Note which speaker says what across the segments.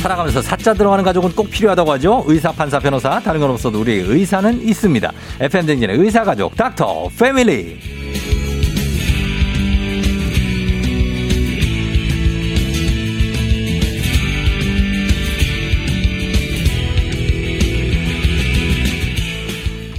Speaker 1: 살아가면서 사자 들어가는 가족은 꼭 필요하다고 하죠. 의사, 판사, 변호사 다른 건 없어도 우리 의사는 있습니다. FM 댕진의 의사 가족 닥터 패밀리.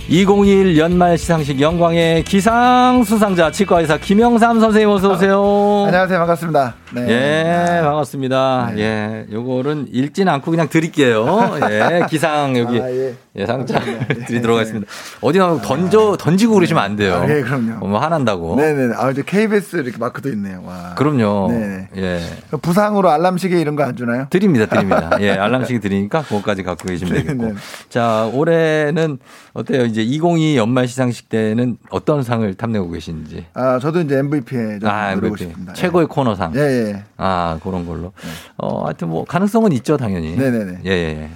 Speaker 1: (2021) 연말 시상식 영광의 기상 수상자 치과의사 김영삼 선생님 어서 오세요.
Speaker 2: 안녕하세요. 반갑습니다. 네.
Speaker 1: 예, 반갑습니다. 예, 요거는 읽진 않고 그냥 드릴게요. 예, 기상 여기
Speaker 2: 아, 예.
Speaker 1: 예. 상자
Speaker 2: 그럼요.
Speaker 1: 드리도록
Speaker 2: 예.
Speaker 1: 하겠습니다. 어디 나면 던져 던지고 그러시면 안 돼요.
Speaker 2: 아, 예, 그럼요.
Speaker 1: 뭐 화난다고.
Speaker 2: 네네. 아, 이제 KBS 이렇게 마크도 있네요. 와.
Speaker 1: 그럼요.
Speaker 2: 네.
Speaker 1: 예.
Speaker 2: 부상으로 알람 시계 이런 거 안 주나요?
Speaker 1: 드립니다, 드립니다. 예, 알람식 드리니까 그것까지 갖고 계시면 되겠고.
Speaker 2: 네.
Speaker 1: 자, 올해는 어때요? 이제 2022 연말 시상식 때는 어떤 상을 탐내고 계신지.
Speaker 2: 아, 저도 이제 MVP에 좀
Speaker 1: 아,
Speaker 2: 누르고
Speaker 1: MVP.
Speaker 2: 싶습니다.
Speaker 1: 최고의 코너상.
Speaker 2: 예, 예.
Speaker 1: 아, 그런 걸로. 어, 하여튼 뭐 가능성은 있죠, 당연히.
Speaker 2: 네네네.
Speaker 1: 예, 예. 예.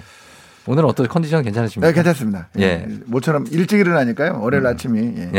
Speaker 1: 오늘은 어떤 컨디션
Speaker 2: 예.
Speaker 1: 괜찮으십니까?
Speaker 2: 네, 괜찮습니다. 예.
Speaker 1: 음. 예.
Speaker 2: 모처럼 일찍 일어나니까요. 월요일 아침이. 예.
Speaker 1: 예.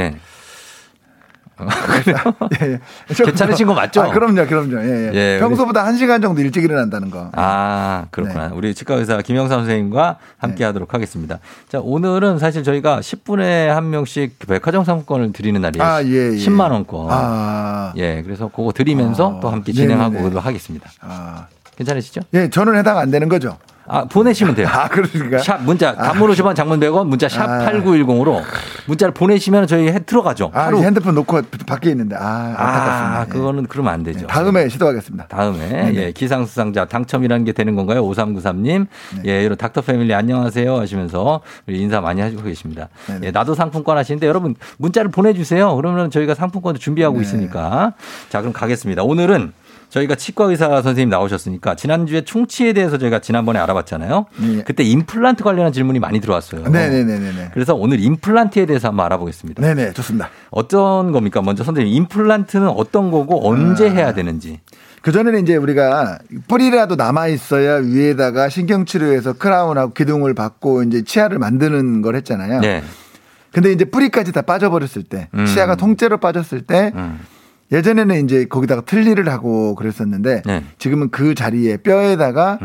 Speaker 2: 예, 예. 좀
Speaker 1: 괜찮으신
Speaker 2: 더-
Speaker 1: 거 맞죠?
Speaker 2: 아, 그럼요, 그럼요. 예, 예.
Speaker 1: 예,
Speaker 2: 평소보다 한시간 정도 일찍 일어난다는 거.
Speaker 1: 아, 그렇구나.
Speaker 2: 네.
Speaker 1: 우리 치과 의사 김영삼 선생님과 함께 하도록 하겠습니다. 자, 오늘은 사실 저희가 10분에 한 명씩 백화점 상품권을 드리는 날이에요.
Speaker 2: 아, 예, 예.
Speaker 1: 10만 원권.
Speaker 2: 아,
Speaker 1: 예, 그래서 그거 드리면서
Speaker 2: 아,
Speaker 1: 또 함께
Speaker 2: 네네네.
Speaker 1: 진행하고 그도록 하겠습니다.
Speaker 2: 아.
Speaker 1: 괜찮으시죠?
Speaker 2: 예, 저는 해당 안 되는 거죠.
Speaker 1: 아, 보내시면 돼요.
Speaker 2: 아, 그러니까.
Speaker 1: 샵 문자 단문 50원 장문 100원 문자 샵
Speaker 2: 아.
Speaker 1: 8910으로 문자를 보내시면 저희 해 들어가죠.
Speaker 2: 아,
Speaker 1: 바로.
Speaker 2: 이제 핸드폰 놓고 밖에 있는데. 아, 안타깝습니다.
Speaker 1: 아,
Speaker 2: 예.
Speaker 1: 그거는 그러면 안 되죠.
Speaker 2: 예, 다음에 네, 시도하겠습니다.
Speaker 1: 다음에 예, 기상수상자 당첨이라는 게 되는 건가요? 5393님.
Speaker 2: 네.
Speaker 1: 예, 이런 닥터 패밀리 안녕하세요 하시면서 우리 인사 많이 해주고 계십니다.
Speaker 2: 네네.
Speaker 1: 예, 나도 상품권 하시는데 여러분 문자를 보내주세요. 그러면 저희가 상품권도 준비하고
Speaker 2: 네.
Speaker 1: 있으니까. 자, 그럼 가겠습니다. 오늘은 저희가 치과 의사 선생님 나오셨으니까 지난주에 충치에 대해서 저희가 지난번에 알아봤잖아요.
Speaker 2: 예.
Speaker 1: 그때 임플란트 관련한 질문이 많이 들어왔어요.
Speaker 2: 네네네네네.
Speaker 1: 그래서 오늘 임플란트에 대해서 한번 알아보겠습니다.
Speaker 2: 네네, 좋습니다.
Speaker 1: 어떤 겁니까? 먼저 선생님, 임플란트는 어떤 거고 언제
Speaker 2: 아.
Speaker 1: 해야 되는지.
Speaker 2: 그전에는 이제 우리가 뿌리라도 남아있어야 위에다가 신경치료해서 크라운하고 기둥을 받고 이제 치아를 만드는 걸 했잖아요.
Speaker 1: 네.
Speaker 2: 근데 이제 뿌리까지 다 빠져버렸을 때,
Speaker 1: 음.
Speaker 2: 치아가 통째로 빠졌을 때,
Speaker 1: 음.
Speaker 2: 예전에는 이제 거기다가 틀니를 하고 그랬었는데,
Speaker 1: 네. 음.
Speaker 2: 지금은 그 자리에 뼈에다가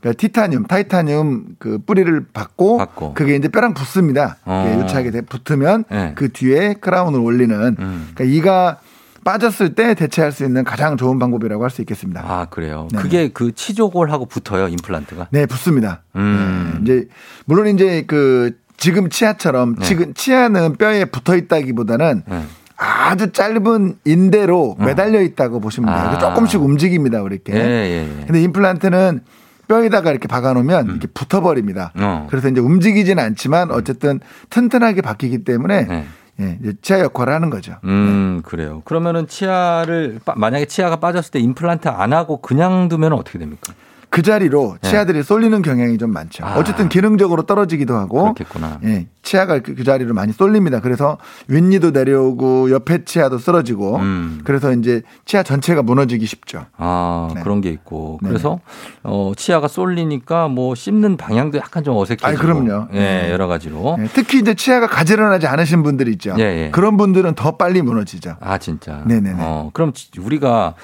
Speaker 2: 그러니까 티타늄, 타이타늄 그 뿌리를 받고,
Speaker 1: 받고.
Speaker 2: 그게 이제 뼈랑 붙습니다.
Speaker 1: 어.
Speaker 2: 그게 유착이 돼- 붙으면
Speaker 1: 네. 음.
Speaker 2: 그 뒤에 크라운을 올리는, 그러니까 이가 빠졌을 때 대체할 수 있는 가장 좋은 방법이라고 할 수 있겠습니다.
Speaker 1: 아 그래요.
Speaker 2: 네.
Speaker 1: 그게 그 치조골하고 붙어요 임플란트가.
Speaker 2: 네, 붙습니다.
Speaker 1: 음.
Speaker 2: 네, 이제 물론 이제 그 지금 치아처럼 지금 치아는 뼈에 붙어 있다기보다는
Speaker 1: 네. 음.
Speaker 2: 아주 짧은 인대로 매달려 있다고 보시면 돼요.
Speaker 1: 아.
Speaker 2: 조금씩 움직입니다, 이렇게.
Speaker 1: 예, 예, 예.
Speaker 2: 근데 임플란트는 뼈에다가 이렇게 박아놓으면 이렇게 붙어버립니다.
Speaker 1: 음. 어. 음.
Speaker 2: 그래서 이제 움직이진 않지만 어쨌든 튼튼하게 박히기 때문에
Speaker 1: 네.
Speaker 2: 예, 이제 치아 역할을 하는 거죠.
Speaker 1: 음 그래요. 그러면은 치아를 빠- 만약에 치아가 빠졌을 때 임플란트 안 하고 그냥 두면 어떻게 됩니까?
Speaker 2: 그 자리로 치아들이 쏠리는 경향이 좀 많죠.
Speaker 1: 예. 아.
Speaker 2: 어쨌든 기능적으로 떨어지기도 하고
Speaker 1: 그렇겠구나.
Speaker 2: 예, 치아가 그, 그 자리로 많이 쏠립니다. 그래서 윗니도 내려오고 옆에 치아도 쓰러지고
Speaker 1: 음.
Speaker 2: 그래서 이제 치아 전체가 무너지기 쉽죠.
Speaker 1: 아
Speaker 2: 네.
Speaker 1: 그런 게 있고
Speaker 2: 네네.
Speaker 1: 그래서 어, 치아가 쏠리니까 뭐 씹는 방향도 약간 좀 어색해지고.
Speaker 2: 아이, 그럼요.
Speaker 1: 예
Speaker 2: 네.
Speaker 1: 여러 가지로.
Speaker 2: 예, 특히 이제 치아가 가지런하지 않으신 분들 있죠.
Speaker 1: 예, 예.
Speaker 2: 그런 분들은 더 빨리 무너지죠.
Speaker 1: 아 진짜.
Speaker 2: 네네네.
Speaker 1: 어 그럼 지- 우리가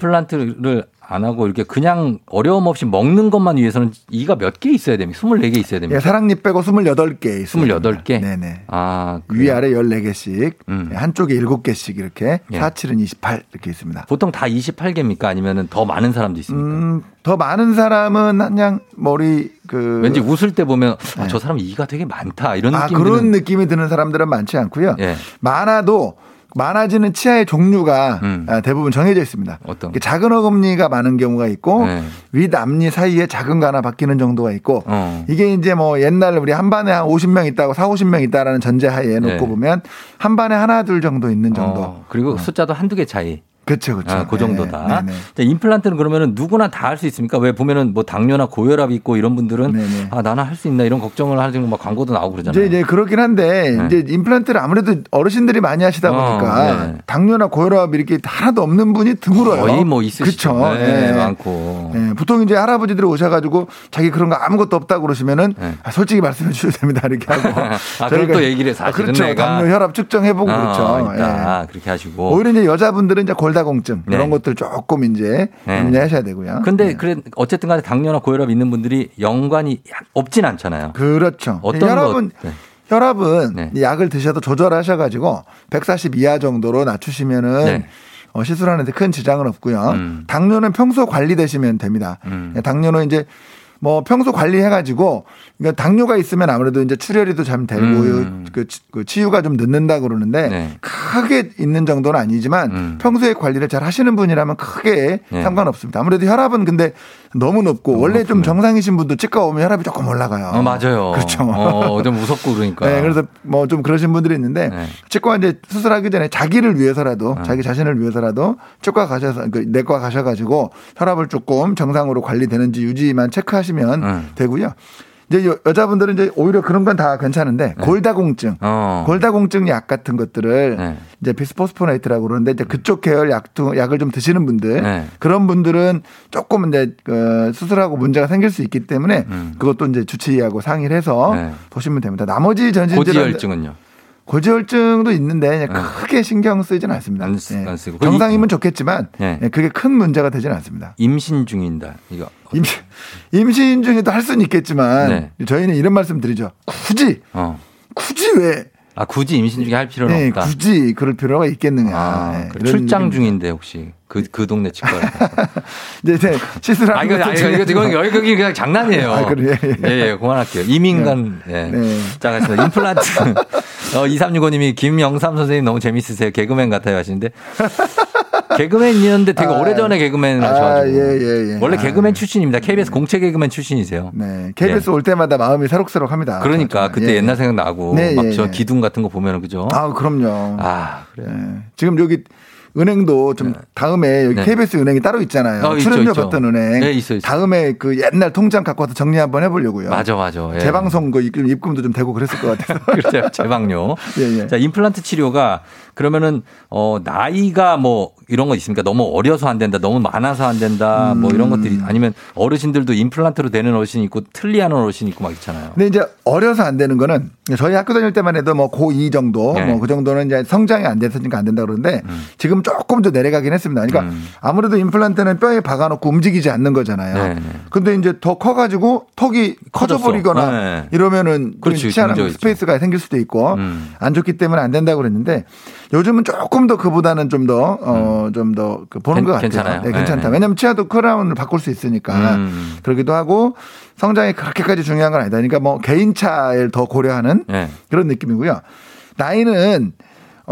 Speaker 1: 임플란트를 안 하고 이렇게 그냥 어려움 없이 먹는 것만 위해서는 이가 몇 개 있어야 됩니까? 24개 있어야 됩니까?
Speaker 2: 예, 사랑니 빼고 28개 있습니다.
Speaker 1: 28개?
Speaker 2: 네네.
Speaker 1: 음. 아, 그래요?
Speaker 2: 위 아래 14개씩, 예,
Speaker 1: 음.
Speaker 2: 한쪽에 7개씩 이렇게
Speaker 1: 예.
Speaker 2: 4, 7은 28 이렇게 있습니다.
Speaker 1: 보통 다 28개입니까? 아니면 더 많은 사람도 있습니까?
Speaker 2: 음, 더 많은 사람은 그냥 머리 그 네.
Speaker 1: 왠지 웃을 때 보면 아, 저 사람 이가 되게 많다 이런
Speaker 2: 아,
Speaker 1: 느낌이
Speaker 2: 그런
Speaker 1: 드는
Speaker 2: 느낌이 드는 사람들은 많지 않고요.
Speaker 1: 예.
Speaker 2: 많아도 많아지는 치아의 종류가
Speaker 1: 음.
Speaker 2: 아, 대부분 정해져 있습니다.
Speaker 1: 어떤?
Speaker 2: 이게 작은 어금니가 많은 경우가 있고
Speaker 1: 네.
Speaker 2: 윗앞니 사이에 작은 거 하나 바뀌는 정도가 있고
Speaker 1: 어.
Speaker 2: 이게 이제 뭐 옛날 우리 한 반에 한 50명 있다고 4, 50명 있다라는 전제하에 놓고
Speaker 1: 네.
Speaker 2: 보면 한 반에 하나 둘 정도 있는 정도.
Speaker 1: 어, 그리고 숫자도 한두 개 차이.
Speaker 2: 그렇죠, 그렇죠.
Speaker 1: 아, 그 정도다.
Speaker 2: 네, 네, 네.
Speaker 1: 자, 임플란트는 그러면은 누구나 다 할 수 있습니까? 왜 보면은 뭐 당뇨나 고혈압 있고 이런 분들은
Speaker 2: 네, 네.
Speaker 1: 아, 나는 할 수 있나 이런 걱정을 하는 막 광고도 나오고
Speaker 2: 이제
Speaker 1: 그러잖아요.
Speaker 2: 이제 그렇긴 한데
Speaker 1: 네.
Speaker 2: 이제 임플란트를 아무래도 어르신들이 많이 하시다
Speaker 1: 어,
Speaker 2: 보니까
Speaker 1: 네.
Speaker 2: 당뇨나 고혈압 이렇게 하나도 없는 분이 드물어요.
Speaker 1: 거의 뭐 있으시죠.
Speaker 2: 그쵸?
Speaker 1: 네,
Speaker 2: 예.
Speaker 1: 많고.
Speaker 2: 예, 보통 이제 할아버지들이 오셔가지고 자기 그런 거 아무것도 없다 그러시면은
Speaker 1: 네.
Speaker 2: 아, 솔직히 말씀해 주셔도 됩니다 이렇게 하고
Speaker 1: 아, 그걸 또 얘기를 해서
Speaker 2: 아,
Speaker 1: 사실은
Speaker 2: 그렇죠
Speaker 1: 내가-
Speaker 2: 당뇨 혈압 측정해보고
Speaker 1: 아,
Speaker 2: 그렇죠
Speaker 1: 있다.
Speaker 2: 예.
Speaker 1: 그렇게 하시고.
Speaker 2: 오히려 이제 여자분들은 이제 골다공증
Speaker 1: 네.
Speaker 2: 이런 것들 조금 이제
Speaker 1: 네.
Speaker 2: 염려하셔야 되고요.
Speaker 1: 근데
Speaker 2: 네.
Speaker 1: 그래 어쨌든 간에 당뇨나 고혈압 있는 분들이 연관이 약- 없진 않잖아요.
Speaker 2: 그렇죠.
Speaker 1: 어떤
Speaker 2: 여러분
Speaker 1: 것- 네.
Speaker 2: 혈압은
Speaker 1: 네.
Speaker 2: 이 약을 드셔도 조절하셔가지고 140 이하 정도로 낮추시면은
Speaker 1: 네.
Speaker 2: 어, 시술하는데 큰 지장은 없고요.
Speaker 1: 음.
Speaker 2: 당뇨는 평소 관리되시면 됩니다.
Speaker 1: 음.
Speaker 2: 예, 당뇨는 이제 뭐 평소 관리해가지고 그러니까 당뇨가 있으면 아무래도 이제 출혈이도 참 되고
Speaker 1: 음.
Speaker 2: 그, 치- 그 치유가 좀 늦는다 그러는데
Speaker 1: 네.
Speaker 2: 크게 있는 정도는 아니지만
Speaker 1: 음.
Speaker 2: 평소에 관리를 잘 하시는 분이라면 크게
Speaker 1: 네.
Speaker 2: 상관없습니다. 아무래도 혈압은 근데 너무 높고 원래 좀 정상이신 분도 치과 오면 혈압이 조금 올라가요.
Speaker 1: 어, 맞아요.
Speaker 2: 그렇죠.
Speaker 1: 어, 좀 무섭고 그러니까.
Speaker 2: 네, 그래서 뭐 좀 그러신 분들이 있는데
Speaker 1: 네.
Speaker 2: 치과 이제 수술하기 전에 자기를 위해서라도 자기 자신을 위해서라도 치과 가셔서 그 내과 가셔가지고 혈압을 조금 정상으로 관리되는지 유지만 체크하시면
Speaker 1: 음.
Speaker 2: 되고요. 이제 여, 여자분들은 이제 오히려 그런 건 다 괜찮은데
Speaker 1: 네.
Speaker 2: 골다공증,
Speaker 1: 어.
Speaker 2: 골다공증 약 같은 것들을
Speaker 1: 네.
Speaker 2: 이제 비스포스포네이트라고 그러는데 이제 그쪽 계열 약 약을 좀 드시는 분들
Speaker 1: 네.
Speaker 2: 그런 분들은 조금 이제 어, 수술하고 문제가 생길 수 있기 때문에
Speaker 1: 음.
Speaker 2: 그것도 이제 주치의하고 상의를 해서
Speaker 1: 네.
Speaker 2: 보시면 됩니다. 나머지 전신 질환
Speaker 1: 고지혈증은요. 네.
Speaker 2: 고지혈증도 있는데 그냥 크게 신경 쓰진 않습니다.
Speaker 1: 안 쓰-
Speaker 2: 예.
Speaker 1: 안 쓰고.
Speaker 2: 정상이면 좋겠지만
Speaker 1: 네.
Speaker 2: 예, 그게 큰 문제가 되지는 않습니다.
Speaker 1: 임신 중인다. 이거
Speaker 2: 임신, 임신 중에도 할 수는 있겠지만
Speaker 1: 네.
Speaker 2: 저희는 이런 말씀 드리죠. 굳이
Speaker 1: 어.
Speaker 2: 굳이 왜
Speaker 1: 아 굳이 임신 중에 할 필요는
Speaker 2: 예,
Speaker 1: 없다.
Speaker 2: 굳이 그럴 필요가 있겠느냐.
Speaker 1: 아,
Speaker 2: 예,
Speaker 1: 그래.
Speaker 2: 이런
Speaker 1: 출장
Speaker 2: 느낌.
Speaker 1: 중인데 혹시 그 그 동네 치과.
Speaker 2: 이제, 이제
Speaker 1: 아 이거 아
Speaker 2: 시술하는 것도
Speaker 1: 이거 이거
Speaker 2: 중요하지만
Speaker 1: 이거 여기 여기 그냥 장난이에요.
Speaker 2: 아, 그래요? 예,
Speaker 1: 예, 예, 그만할게요. 이민간 예.
Speaker 2: 네.
Speaker 1: 자, 가겠습니다. 임플란트. 어, 2365님이 김영삼 선생님 너무 재밌으세요. 개그맨 같아요 하시는데 개그맨이었는데 되게
Speaker 2: 아,
Speaker 1: 오래전에 개그맨을
Speaker 2: 아,
Speaker 1: 하셔가지고
Speaker 2: 예, 예, 예.
Speaker 1: 원래
Speaker 2: 아,
Speaker 1: 개그맨 출신입니다. KBS 공채 개그맨 출신이세요.
Speaker 2: 네, KBS 올 때마다 마음이 새록새록합니다.
Speaker 1: 예. 그러니까
Speaker 2: 정말.
Speaker 1: 그때
Speaker 2: 예.
Speaker 1: 옛날 생각 나고
Speaker 2: 네,
Speaker 1: 막
Speaker 2: 예,
Speaker 1: 저
Speaker 2: 예.
Speaker 1: 기둥 같은 거 보면은 그죠? 아,
Speaker 2: 아, 그럼요.
Speaker 1: 그래.
Speaker 2: 예. 지금 여기 은행도 좀 다음에 여기
Speaker 1: 네.
Speaker 2: KBS 은행이 따로 있잖아요.
Speaker 1: 어, 있죠,
Speaker 2: 출연료
Speaker 1: 있죠.
Speaker 2: 받던 은행.
Speaker 1: 네, 있어요, 있어요.
Speaker 2: 다음에 그 옛날 통장 갖고 와서 정리 한번 해보려고요.
Speaker 1: 맞아, 맞아. 예.
Speaker 2: 재방송 그 입금, 입금도 좀 되고 그랬을 것 같아요.
Speaker 1: 그렇죠. 재방뇨.
Speaker 2: 예, 예.
Speaker 1: 자, 임플란트 치료가 그러면은 어 나이가 뭐 이런 거 있습니까? 너무 어려서 안 된다. 너무 많아서 안 된다. 뭐
Speaker 2: 음.
Speaker 1: 이런 것들이 아니면 어르신들도 임플란트로 되는 어르신이 있고 틀리 하는 어르신이 있고 막 있잖아요.
Speaker 2: 근데 이제 어려서 안 되는 거는 저희 학교 다닐 때만 해도 뭐 고2 정도
Speaker 1: 네. 음.
Speaker 2: 뭐 그 정도는 이제 성장이 안 됐으니까 안 된다 그러는데 지금 조금 더 내려가긴 했습니다. 그러니까 아무래도 임플란트는 뼈에 박아놓고 움직이지 않는 거잖아요.
Speaker 1: 네, 네.
Speaker 2: 근데 이제 더 커가지고 턱이
Speaker 1: 커졌어.
Speaker 2: 커져버리거나
Speaker 1: 네.
Speaker 2: 이러면은 그
Speaker 1: 그렇지,
Speaker 2: 치아랑
Speaker 1: 문제가 있죠.
Speaker 2: 스페이스가 생길 수도 있고
Speaker 1: 음.
Speaker 2: 안 좋기 때문에 안 된다고 그랬는데 요즘은 조금 더 그보다는 좀 더 어, 좀 더 보는
Speaker 1: 음. 괜-
Speaker 2: 것 같아요.
Speaker 1: 괜찮아요.
Speaker 2: 네, 괜찮다.
Speaker 1: 네, 네.
Speaker 2: 왜냐면 치아도 크라운을 바꿀 수 있으니까
Speaker 1: 음.
Speaker 2: 그러기도 하고 성장이 그렇게까지 중요한 건 아니다. 그러니까 뭐 개인차를 더 고려하는
Speaker 1: 예.
Speaker 2: 그런 느낌이고요. 나이는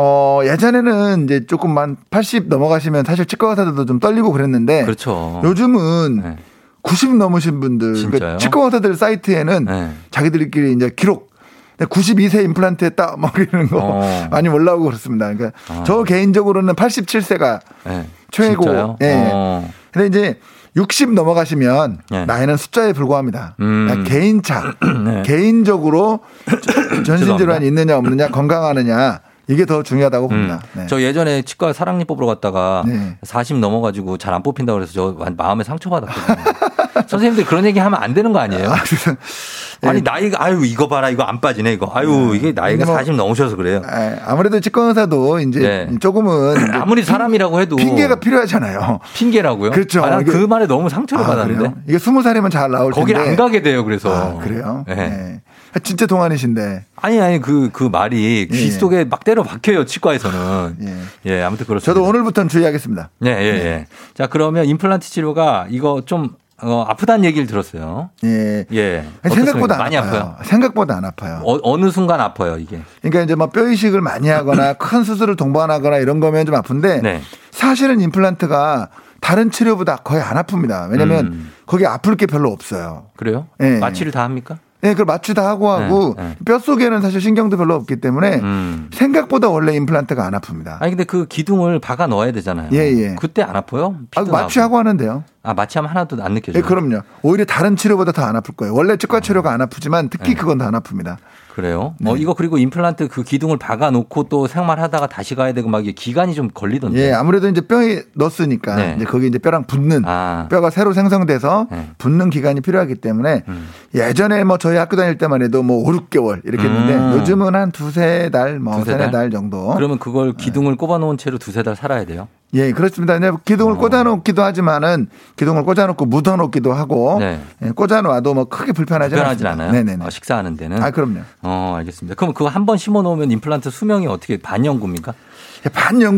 Speaker 2: 어 예전에는 이제 조금만 80 넘어가시면 사실 치과 의사들도 좀 떨리고 그랬는데
Speaker 1: 그렇죠.
Speaker 2: 네. 요즘은
Speaker 1: 네.
Speaker 2: 90 넘으신 분들 그러니까
Speaker 1: 진짜요?
Speaker 2: 치과 의사들 사이트에는
Speaker 1: 네.
Speaker 2: 자기들끼리 이제 기록 92세 임플란트 했다 막 이런 거
Speaker 1: 어. 아.
Speaker 2: 많이 올라오고 그렇습니다. 그러니까 저 개인적으로는 87세가
Speaker 1: 예.
Speaker 2: 최고.
Speaker 1: 진짜요?
Speaker 2: 예.
Speaker 1: 어.
Speaker 2: 근데 이제 60 넘어가시면
Speaker 1: 예.
Speaker 2: 나이는 숫자에 불과합니다.
Speaker 1: 음. 네.
Speaker 2: 그러니까 개인차, 개인적으로 전신
Speaker 1: 죄송합니다.
Speaker 2: 질환이 있느냐 없느냐 건강하느냐 이게 더 중요하다고 봅니다. 네.
Speaker 1: 음. 저 예전에 치과 사랑니 뽑으러 갔다가
Speaker 2: 네.
Speaker 1: 40 넘어가지고 잘 안 뽑힌다 그래서 저 마- 마음에 상처받았거든요. 선생님들 그런 얘기 하면 안 되는 거 아니에요? 아니 나이가 아유 이거 봐라 이거 안 빠지네 이거 아유 이게 나이가
Speaker 2: 예. 뭐-
Speaker 1: 40 넘으셔서 그래요.
Speaker 2: 아, 아무래도 치과 의사도 이제
Speaker 1: 네.
Speaker 2: 조금은 이제
Speaker 1: 아무리 사람이라고 해도
Speaker 2: 핑계가 필요하잖아요.
Speaker 1: 핑계라고요?
Speaker 2: 그렇죠.
Speaker 1: 아, 난그
Speaker 2: 이게-
Speaker 1: 말에 너무 상처를
Speaker 2: 아,
Speaker 1: 받았는데
Speaker 2: 그래요? 이게 20살이면 잘 나올
Speaker 1: 거기
Speaker 2: 텐데.
Speaker 1: 안 가게 돼요. 그래서
Speaker 2: 아, 그래요?
Speaker 1: 예.
Speaker 2: 네. 아, 진짜 동안이신데.
Speaker 1: 아니 아니 그 그 말이
Speaker 2: 예,
Speaker 1: 귀
Speaker 2: 예.
Speaker 1: 속에 막 때려 박혀요 치과에서는 예, 아무튼 그렇습니다.
Speaker 2: 저도 오늘부터는 주의하겠습니다.
Speaker 1: 예, 예, 예. 자, 그러면 임플란트 치료가 이거 좀 어, 아프다는 얘기를 들었어요.
Speaker 2: 예.
Speaker 1: 예.
Speaker 2: 아니,
Speaker 1: 어떻습니까?
Speaker 2: 생각보다 안
Speaker 1: 많이
Speaker 2: 아파요.
Speaker 1: 아파요.
Speaker 2: 생각보다 안 아파요.
Speaker 1: 어, 어느 순간 아파요, 이게.
Speaker 2: 그러니까 이제 뭐 뼈 이식을 많이 하거나 큰 수술을 동반하거나 이런 거면 좀 아픈데
Speaker 1: 네.
Speaker 2: 사실은 임플란트가 다른 치료보다 거의 안 아픕니다. 왜냐면
Speaker 1: 음.
Speaker 2: 거기 아플 게 별로 없어요.
Speaker 1: 그래요?
Speaker 2: 예.
Speaker 1: 마취를 다 합니까?
Speaker 2: 예, 그걸 마취다 하고 하고
Speaker 1: 네, 네.
Speaker 2: 뼈 속에는 사실 신경도 별로 없기 때문에
Speaker 1: 음.
Speaker 2: 생각보다 원래 임플란트가 안 아픕니다.
Speaker 1: 아니 근데 그 기둥을 박아 넣어야 되잖아요.
Speaker 2: 예, 예.
Speaker 1: 그때 안 아파요?
Speaker 2: 아,
Speaker 1: 피도
Speaker 2: 마취하고 하는데요.
Speaker 1: 나고. 아, 마취하면 하나도 안
Speaker 2: 예,
Speaker 1: 느껴져요.
Speaker 2: 그럼요. 오히려 다른 치료보다 더 안 아플 거예요. 원래
Speaker 1: 음.
Speaker 2: 치과 치료가 안 아프지만
Speaker 1: 네.
Speaker 2: 특히 그건 더 안 아픕니다.
Speaker 1: 그래요. 어,
Speaker 2: 네.
Speaker 1: 이거 그리고 임플란트 그 기둥을 박아 놓고 또 생활하다가 다시 가야 되고 막 이게 기간이 좀 걸리던데.
Speaker 2: 예, 아무래도 이제 뼈에 넣었으니까
Speaker 1: 네.
Speaker 2: 이제 거기 이제 뼈랑 붙는
Speaker 1: 아.
Speaker 2: 뼈가 새로 생성돼서
Speaker 1: 네. 음.
Speaker 2: 붙는 기간이 필요하기 때문에 예전에 뭐 저희 학교 다닐 때만 해도 뭐 5, 6개월 이렇게 했는데
Speaker 1: 음.
Speaker 2: 요즘은 한 두세 달, 뭐
Speaker 1: 두세
Speaker 2: 세네
Speaker 1: 달?
Speaker 2: 달 정도. 네.
Speaker 1: 그러면 그걸 기둥을 꼽아 놓은 채로 두세 달 살아야 돼요.
Speaker 2: 예, 그렇습니다. 그냥
Speaker 1: 어.
Speaker 2: 기둥을 꽂아놓기도 하지만은 기둥을 꽂아놓고 묻어놓기도 하고
Speaker 1: 네.
Speaker 2: 예, 꽂아놓아도 뭐 크게 불편하지
Speaker 1: 불편하진 않아요.
Speaker 2: 네네네.
Speaker 1: 어, 식사하는 데는.
Speaker 2: 아 그럼요.
Speaker 1: 어, 알겠습니다. 그럼 그거 한 번 심어 놓으면 임플란트 수명이 어떻게 반영구입니까?
Speaker 2: 예,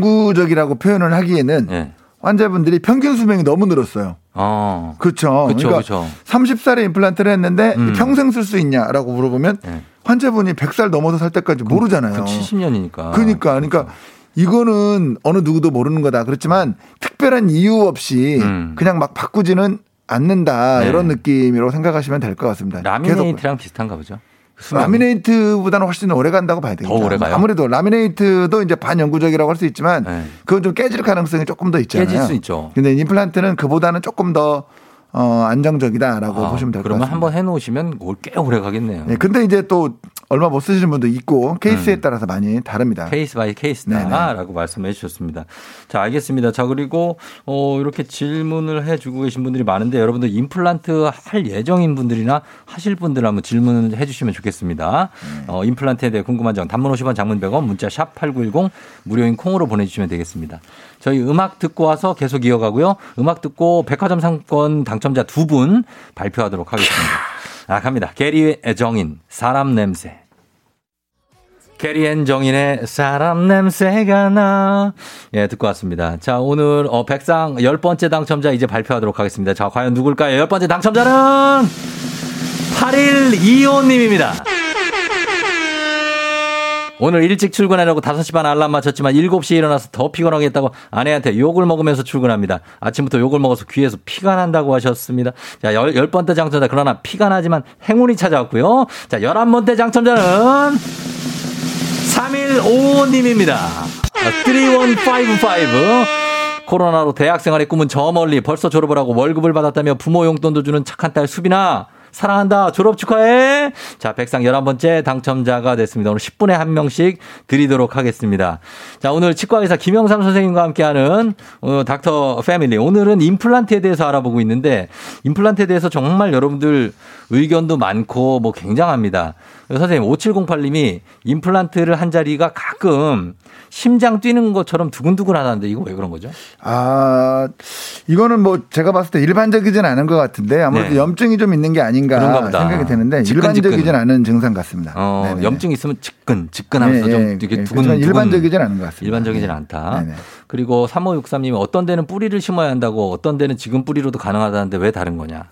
Speaker 2: 반영구적이라고 표현을 하기에는
Speaker 1: 네.
Speaker 2: 환자분들이 평균 수명이 너무 늘었어요.
Speaker 1: 어.
Speaker 2: 그렇죠.
Speaker 1: 그쵸,
Speaker 2: 그러니까
Speaker 1: 그쵸.
Speaker 2: 30살에 임플란트를 했는데
Speaker 1: 음.
Speaker 2: 평생 쓸 수 있냐라고 물어보면
Speaker 1: 네.
Speaker 2: 환자분이 100살 넘어서 살 때까지 모르잖아요.
Speaker 1: 그 70년이니까.
Speaker 2: 그러니까 그러니까
Speaker 1: 그렇죠.
Speaker 2: 이거는 어느 누구도 모르는 거다. 그렇지만 특별한 이유 없이
Speaker 1: 음.
Speaker 2: 그냥 막 바꾸지는 않는다
Speaker 1: 네.
Speaker 2: 이런 느낌으로 생각하시면 될 것 같습니다. 계속
Speaker 1: 라미네이트랑 비슷한가 보죠. 수명이.
Speaker 2: 음. 라미네이트보다는 훨씬 오래 간다고 봐야 되겠죠.
Speaker 1: 오래 가요?
Speaker 2: 아무래도 라미네이트도 이제 반영구적이라고 할 수 있지만
Speaker 1: 네.
Speaker 2: 그건 좀 깨질 가능성이 조금 더 있잖아요.
Speaker 1: 깨질 수 있죠.
Speaker 2: 근데 임플란트는 그보다는 조금 더 어, 안정적이다라고
Speaker 1: 아,
Speaker 2: 보시면 될 것
Speaker 1: 그러면
Speaker 2: 같습니다.
Speaker 1: 한번 해 놓으시면 올- 꽤 오래 가겠네요.
Speaker 2: 네, 근데 이제 또 얼마 못 쓰시는 분도 있고 케이스에 따라서 많이 다릅니다.
Speaker 1: 음. 케이스 바이 케이스다라고 말씀해 주셨습니다. 자, 알겠습니다. 자, 그리고 어, 이렇게 질문을 해 주고 계신 분들이 많은데 여러분들 임플란트 할 예정인 분들이나 하실 분들 한번 질문을 해 주시면 좋겠습니다.
Speaker 2: 네.
Speaker 1: 어, 임플란트에 대해 궁금한 점 단문 50원 장문 100원 문자 샵 8910 무료인 콩으로 보내 주시면 되겠습니다. 저희 음악 듣고 와서 계속 이어가고요. 음악 듣고 백화점 상권 당첨자 두 분 발표하도록 하겠습니다. 아, 갑니다. 게리의 정인 사람 냄새. 캐리앤 정인의 사람 냄새가 나. 예, 듣고 왔습니다. 자, 오늘, 어, 백상 열번째 당첨자 이제 발표하도록 하겠습니다. 자, 과연 누굴까요? 열번째 당첨자는 8125님입니다. 오늘 일찍 출근하려고 5시 반 알람 맞췄지만 7시에 일어나서 더 피곤하겠다고 아내한테 욕을 먹으면서 출근합니다. 아침부터 욕을 먹어서 귀에서 피가 난다고 하셨습니다. 자, 열, 열 번째 당첨자. 그러나 피가 나지만 행운이 찾아왔고요. 자, 11번째 당첨자는 3155님입니다. 아, 3155. 코로나로 대학생활의 꿈은 저 멀리 벌써 졸업을 하고 월급을 받았다며 부모 용돈도 주는 착한 딸 수빈아. 사랑한다. 졸업 축하해. 자, 백상 11번째 당첨자가 됐습니다. 오늘 10분에 한 명씩 드리도록 하겠습니다. 자, 오늘 치과의사 김영삼 선생님과 함께하는 어, 닥터 패밀리. 오늘은 임플란트에 대해서 알아보고 있는데 임플란트에 대해서 정말 여러분들 의견도 많고 뭐 굉장합니다. 선생님, 5708님이 임플란트를 한 자리가 가끔 심장 뛰는 것처럼 두근두근 하다는데 이거 왜 그런 거죠?
Speaker 2: 아, 이거는 뭐 제가 봤을 때 일반적이진 않은 것 같은데 아무래도
Speaker 1: 네.
Speaker 2: 염증이 좀 있는 게
Speaker 1: 그런가
Speaker 2: 아닌가
Speaker 1: 보다.
Speaker 2: 생각이 되는데
Speaker 1: 지끈지끈.
Speaker 2: 일반적이진 않은 증상 같습니다.
Speaker 1: 어,
Speaker 2: 네네네.
Speaker 1: 염증 있으면 지끈, 지끈하면서
Speaker 2: 예,
Speaker 1: 좀
Speaker 2: 예,
Speaker 1: 이렇게
Speaker 2: 예.
Speaker 1: 두근두근.
Speaker 2: 그렇지만 일반적이진 않은 것 같습니다.
Speaker 1: 일반적이진
Speaker 2: 네.
Speaker 1: 않다.
Speaker 2: 네네.
Speaker 1: 그리고 3563님이 어떤 데는 뿌리를 심어야 한다고 어떤 데는 지금 뿌리로도 가능하다는데 왜 다른 거냐.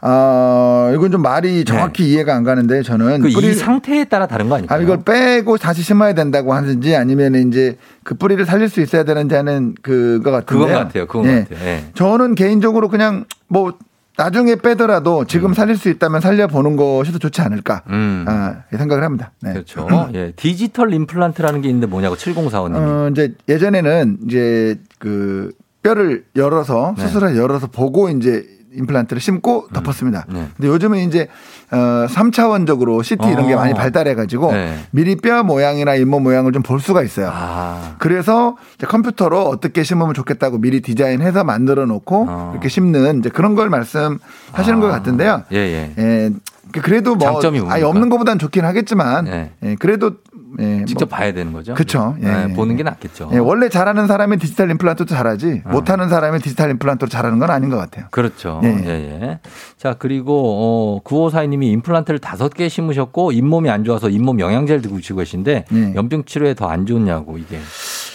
Speaker 2: 아, 이건 좀 말이 정확히 이해가 안 가는데 저는
Speaker 1: 네. 그 이
Speaker 2: 뿌리를-
Speaker 1: 상태에 따라 다른 거 아닐까요?
Speaker 2: 아, 이걸 빼고 다시 심어야 된다고 하는지 아니면 이제 그 뿌리를 살릴 수 있어야 되는지 하는 그거 같은데.
Speaker 1: 그건 같아요. 그건 같아요. 예.
Speaker 2: 저는 개인적으로 그냥 뭐 나중에 빼더라도 지금 살릴 수 있다면 살려보는 것이 더 좋지 않을까
Speaker 1: 음.
Speaker 2: 아, 생각을 합니다. 네.
Speaker 1: 그렇죠. 예. 디지털 임플란트라는 게 있는데 뭐냐고 7045님이.
Speaker 2: 어, 이제 예전에는 이제 그 뼈를 열어서
Speaker 1: 네.
Speaker 2: 수술을 열어서 보고 이제 임플란트를 심고 덮었습니다.
Speaker 1: 네.
Speaker 2: 근데 요즘은 이제 어 3차원적으로 CT 이런 게
Speaker 1: 어.
Speaker 2: 많이 발달해 가지고
Speaker 1: 네.
Speaker 2: 미리 뼈 모양이나 잇몸 모양을 좀 볼 수가 있어요.
Speaker 1: 아.
Speaker 2: 그래서 이제 컴퓨터로 어떻게 심으면 좋겠다고 미리 디자인해서 만들어 놓고
Speaker 1: 어.
Speaker 2: 이렇게 심는 이제 그런 걸 말씀하시는
Speaker 1: 아.
Speaker 2: 것 같은데요.
Speaker 1: 예, 예.
Speaker 2: 예, 그- 그래도 뭐
Speaker 1: 장점이
Speaker 2: 아예
Speaker 1: 뭡니까?
Speaker 2: 없는 것보단 좋긴 하겠지만
Speaker 1: 네.
Speaker 2: 예, 그래도 예, 뭐
Speaker 1: 직접 봐야 되는 거죠?
Speaker 2: 그쵸. 예,
Speaker 1: 예,
Speaker 2: 예,
Speaker 1: 보는 게
Speaker 2: 예.
Speaker 1: 낫겠죠. 네.
Speaker 2: 예, 원래 잘하는 사람이 디지털 임플란트도 잘하지 못하는 사람이 디지털 임플란트로 잘하는 건 아닌 것 같아요.
Speaker 1: 그렇죠. 예,
Speaker 2: 예,
Speaker 1: 예.
Speaker 2: 예.
Speaker 1: 자, 그리고, 어, 9542님이 임플란트를 다섯 개 심으셨고, 잇몸이 안 좋아서 잇몸 영양제를 드시고 계신데,
Speaker 2: 예.
Speaker 1: 염증 치료에 더 안 좋냐고, 이게.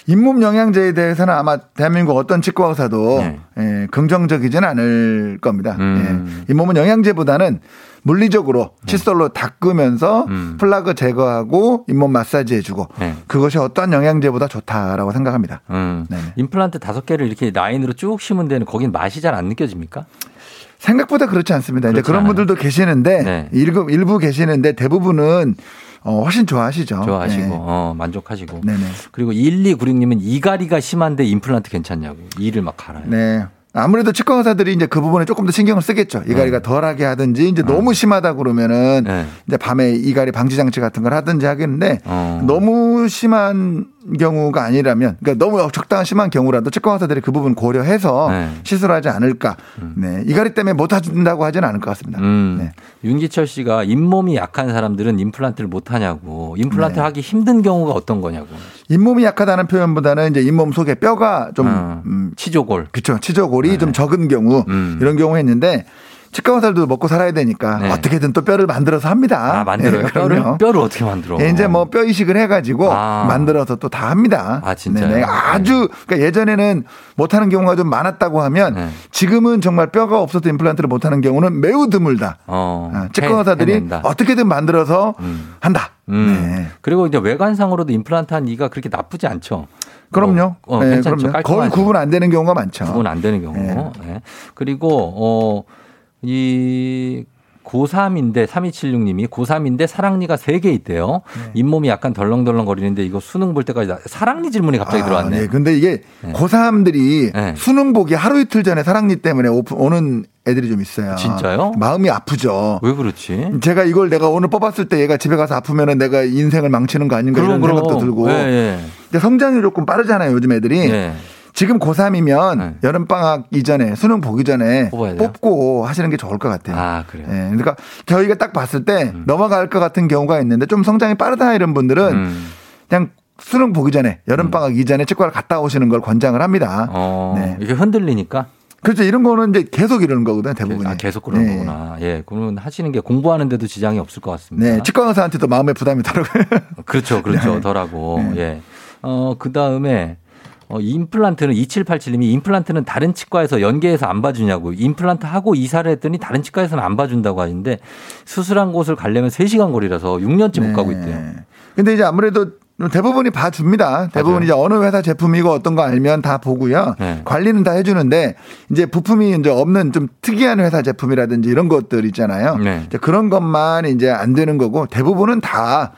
Speaker 2: 잇몸 영양제에 대해서는 아마 대한민국 어떤 치과 의사도
Speaker 1: 네.
Speaker 2: 예, 긍정적이진 않을 겁니다.
Speaker 1: 음. 네.
Speaker 2: 예, 잇몸은 영양제보다는 물리적으로 칫솔로 닦으면서
Speaker 1: 음.
Speaker 2: 플라그 제거하고 잇몸 마사지 해주고
Speaker 1: 네.
Speaker 2: 그것이 어떤 영양제보다 좋다라고 생각합니다.
Speaker 1: 음.
Speaker 2: 네네.
Speaker 1: 임플란트 다섯 개를 이렇게 라인으로 쭉 심은 데는 거긴 맛이 잘 안 느껴집니까?
Speaker 2: 생각보다 그렇지 않습니다. 이제
Speaker 1: 그렇지
Speaker 2: 그런
Speaker 1: 않아요.
Speaker 2: 분들도 계시는데
Speaker 1: 네.
Speaker 2: 일부, 일부 계시는데 대부분은 어, 훨씬 좋아하시죠.
Speaker 1: 좋아하시고,
Speaker 2: 예.
Speaker 1: 어, 만족하시고.
Speaker 2: 네네.
Speaker 1: 그리고 1296님은 이가리가 심한데 임플란트 괜찮냐고. 이를 막 갈아요.
Speaker 2: 네. 아무래도 치과 의사들이 이제 그 부분에 조금 더 신경을 쓰겠죠. 이갈이가 덜하게 하든지 이제 너무 심하다 그러면은
Speaker 1: 네.
Speaker 2: 이제 밤에 이갈이 방지 장치 같은 걸 하든지 하겠는데
Speaker 1: 어.
Speaker 2: 너무 심한 경우가 아니라면 그러니까 너무 적당한 심한 경우라도 치과 의사들이 그 부분 고려해서
Speaker 1: 네.
Speaker 2: 시술하지 않을까. 네. 이가리 때문에 못 해준다고 하지는 않을 것 같습니다.
Speaker 1: 음,
Speaker 2: 네.
Speaker 1: 윤기철 씨가 잇몸이 약한 사람들은 임플란트를 못 하냐고, 임플란트
Speaker 2: 네.
Speaker 1: 하기 힘든 경우가 어떤 거냐고.
Speaker 2: 잇몸이 약하다는 표현보다는 이제 잇몸 속에 뼈가 좀
Speaker 1: 음.
Speaker 2: 음,
Speaker 1: 치조골.
Speaker 2: 그렇죠. 치저골이 좀 적은 경우
Speaker 1: 네. 음.
Speaker 2: 이런 경우가 있는데 치과 의사들도 먹고 살아야 되니까
Speaker 1: 네.
Speaker 2: 어떻게든 또 뼈를 만들어서 합니다.
Speaker 1: 아, 만들어요?
Speaker 2: 예,
Speaker 1: 뼈를,
Speaker 2: 그럼요.
Speaker 1: 뼈를 어떻게 만들어?
Speaker 2: 예, 이제 뭐 뼈 이식을 해가지고
Speaker 1: 아.
Speaker 2: 만들어서 또 다 합니다.
Speaker 1: 아, 진짜요?
Speaker 2: 네네. 아주 그러니까 예전에는 못하는 경우가 좀 많았다고 하면
Speaker 1: 네.
Speaker 2: 지금은 정말 뼈가 없어서 임플란트를 못하는 경우는 매우 드물다.
Speaker 1: 어,
Speaker 2: 아, 치과
Speaker 1: 해-
Speaker 2: 의사들이
Speaker 1: 해낸다.
Speaker 2: 어떻게든 만들어서
Speaker 1: 음.
Speaker 2: 한다.
Speaker 1: 음.
Speaker 2: 네.
Speaker 1: 그리고 이제 외관상으로도 임플란트 한 이가 그렇게 나쁘지 않죠.
Speaker 2: 그럼요.
Speaker 1: 어, 어,
Speaker 2: 네,
Speaker 1: 괜찮죠.
Speaker 2: 그럼요. 거의
Speaker 1: 깔끔하죠.
Speaker 2: 구분 안 되는 경우가 많죠.
Speaker 1: 구분 안 되는 경우.
Speaker 2: 네.
Speaker 1: 네. 그리고 어, 이 고3인데 3276님이 고3인데 사랑니가 3개 있대요.
Speaker 2: 네.
Speaker 1: 잇몸이 약간 덜렁덜렁 거리는데 이거 수능 볼 때까지 나- 사랑니 질문이 갑자기
Speaker 2: 아,
Speaker 1: 들어왔네.
Speaker 2: 네. 근데 이게 고3들이
Speaker 1: 네.
Speaker 2: 수능 보기 하루 이틀 전에 사랑니 때문에 오픈, 오는 애들이 좀 있어요.
Speaker 1: 진짜요?
Speaker 2: 마음이 아프죠.
Speaker 1: 왜 그렇지?
Speaker 2: 제가 이걸 내가 오늘 뽑았을 때 얘가 집에 가서 아프면은 내가 인생을 망치는 거 아닌가 이런 생각도 들고. 네.
Speaker 1: 예, 예.
Speaker 2: 근데 성장이 조금 빠르잖아요, 요즘 애들이.
Speaker 1: 예.
Speaker 2: 지금 고3이면
Speaker 1: 네.
Speaker 2: 여름방학 이전에 수능 보기 전에
Speaker 1: 뽑아야 돼요?
Speaker 2: 뽑고 하시는 게 좋을 것 같아요.
Speaker 1: 아, 그래요.
Speaker 2: 예, 그러니까 저희가 딱 봤을 때 넘어갈 것 같은 경우가 있는데 좀 성장이 빠르다 이런 분들은
Speaker 1: 음.
Speaker 2: 그냥 수능 보기 전에 여름방학 이전에 치과를 갔다 오시는 걸 권장을 합니다.
Speaker 1: 어,
Speaker 2: 네.
Speaker 1: 이게 흔들리니까
Speaker 2: 그렇죠. 이런 거는 이제 계속 이러는 거거든요, 대부분이.
Speaker 1: 아, 계속 그런
Speaker 2: 네.
Speaker 1: 거구나. 예, 그러면 하시는 게 공부하는데도 지장이 없을 것 같습니다.
Speaker 2: 네, 치과 의사한테도 마음의 부담이 더라고요.
Speaker 1: 그렇죠, 그렇죠. 덜하고.
Speaker 2: 네.
Speaker 1: 예. 어, 그 다음에, 어, 임플란트는 2787님이 임플란트는 다른 치과에서 연계해서 안 봐주냐고. 임플란트 하고 이사를 했더니 다른 치과에서는 안 봐준다고 하는데 수술한 곳을 가려면 3시간 거리라서 6년째 못 가고 있대요.
Speaker 2: 네. 근데 이제 아무래도 대부분이 봐줍니다. 대부분
Speaker 1: 맞아요.
Speaker 2: 이제 어느 회사 제품이고 어떤 거 알면 다 보고요.
Speaker 1: 네.
Speaker 2: 관리는 다 해주는데 이제 부품이 이제 없는 좀 특이한 회사 제품이라든지 이런 것들 있잖아요.
Speaker 1: 네.
Speaker 2: 이제 그런 것만 이제 안 되는 거고 대부분은 다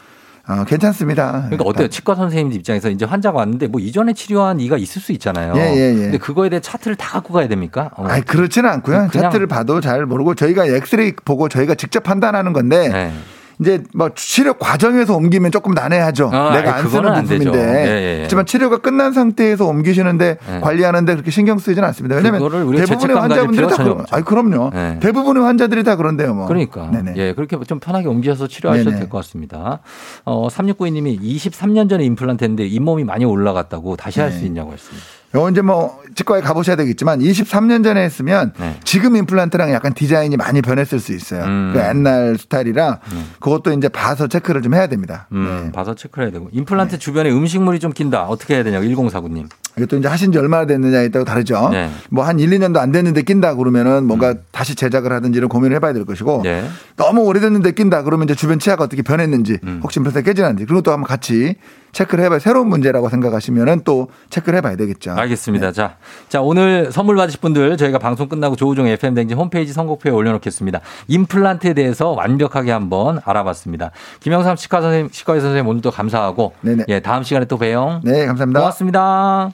Speaker 2: 어, 괜찮습니다.
Speaker 1: 그러니까 어때요? 치과 선생님 입장에서 이제 환자가 왔는데 뭐 이전에 치료한 이가 있을 수 있잖아요.
Speaker 2: 예, 예, 예.
Speaker 1: 근데 그거에 대해 차트를 다 갖고 가야 됩니까? 어.
Speaker 2: 아니 그렇지는 않고요.
Speaker 1: 그냥-
Speaker 2: 차트를 봐도 잘 모르고 저희가 엑스레이 보고 저희가 직접 판단하는 건데
Speaker 1: 네.
Speaker 2: 이제 뭐 치료 과정에서 옮기면 조금 난해하죠.
Speaker 1: 아,
Speaker 2: 내가
Speaker 1: 아니,
Speaker 2: 안 쓰는
Speaker 1: 그거는 안 되죠. 예,
Speaker 2: 부품인데.
Speaker 1: 예, 예.
Speaker 2: 하지만 치료가 끝난 상태에서 옮기시는데
Speaker 1: 예.
Speaker 2: 관리하는데 그렇게 신경 쓰이진 않습니다. 왜냐면
Speaker 1: 그거를 우리가
Speaker 2: 대부분의
Speaker 1: 죄책감 가질
Speaker 2: 환자분들이
Speaker 1: 필요가
Speaker 2: 다
Speaker 1: 전혀
Speaker 2: 그럼,
Speaker 1: 없죠.
Speaker 2: 아니 그럼요.
Speaker 1: 예.
Speaker 2: 대부분의 환자들이 다 그런데요, 뭐.
Speaker 1: 그러니까.
Speaker 2: 네네.
Speaker 1: 예, 그렇게 좀 편하게 옮겨서 치료하셔도
Speaker 2: 네네.
Speaker 1: 될 것 같습니다. 어, 3692님이 23년 전에 임플란트 했는데 잇몸이 많이 올라갔다고 다시 할 수
Speaker 2: 네.
Speaker 1: 있냐고 했습니다.
Speaker 2: 요 이제 뭐 치과에 가보셔야 되겠지만 23년 전에 했으면
Speaker 1: 네.
Speaker 2: 지금 임플란트랑 약간 디자인이 많이 변했을 수 있어요.
Speaker 1: 음.
Speaker 2: 그 옛날 스타일이라 그것도 이제 봐서 체크를 좀 해야 됩니다.
Speaker 1: 음, 봐서 체크를 해야 되고.
Speaker 2: 네.
Speaker 1: 임플란트 주변에 음식물이 좀 낀다. 어떻게 해야 되냐고 1049님.
Speaker 2: 이것도 이제 하신 지 얼마나 됐느냐에 따라 다르죠.
Speaker 1: 네. 음.
Speaker 2: 뭐 한 1, 2년도 안 됐는데 낀다 그러면은 뭔가 다시 제작을 하든지 이런 고민을 해봐야 될 것이고
Speaker 1: 네.
Speaker 2: 너무 오래됐는데 낀다 그러면 이제 주변 치아가 어떻게 변했는지
Speaker 1: 음.
Speaker 2: 혹시 벌써 깨지는지 그런 것도 한번 같이 체크를 해봐야 새로운 문제라고 생각하시면은 또 체크를 해봐야 되겠죠.
Speaker 1: 알겠습니다.
Speaker 2: 네.
Speaker 1: 자, 자, 오늘 선물 받으실 분들 저희가 방송 끝나고 조우종 FM 댕진 홈페이지 선곡표에 올려놓겠습니다. 임플란트에 대해서 완벽하게 한번 알아봤습니다. 김영삼 치과 선생님, 치과의 선생님 오늘도 감사하고.
Speaker 2: 네네.
Speaker 1: 예, 다음 시간에 또 봬요.
Speaker 2: 네, 감사합니다.
Speaker 1: 고맙습니다.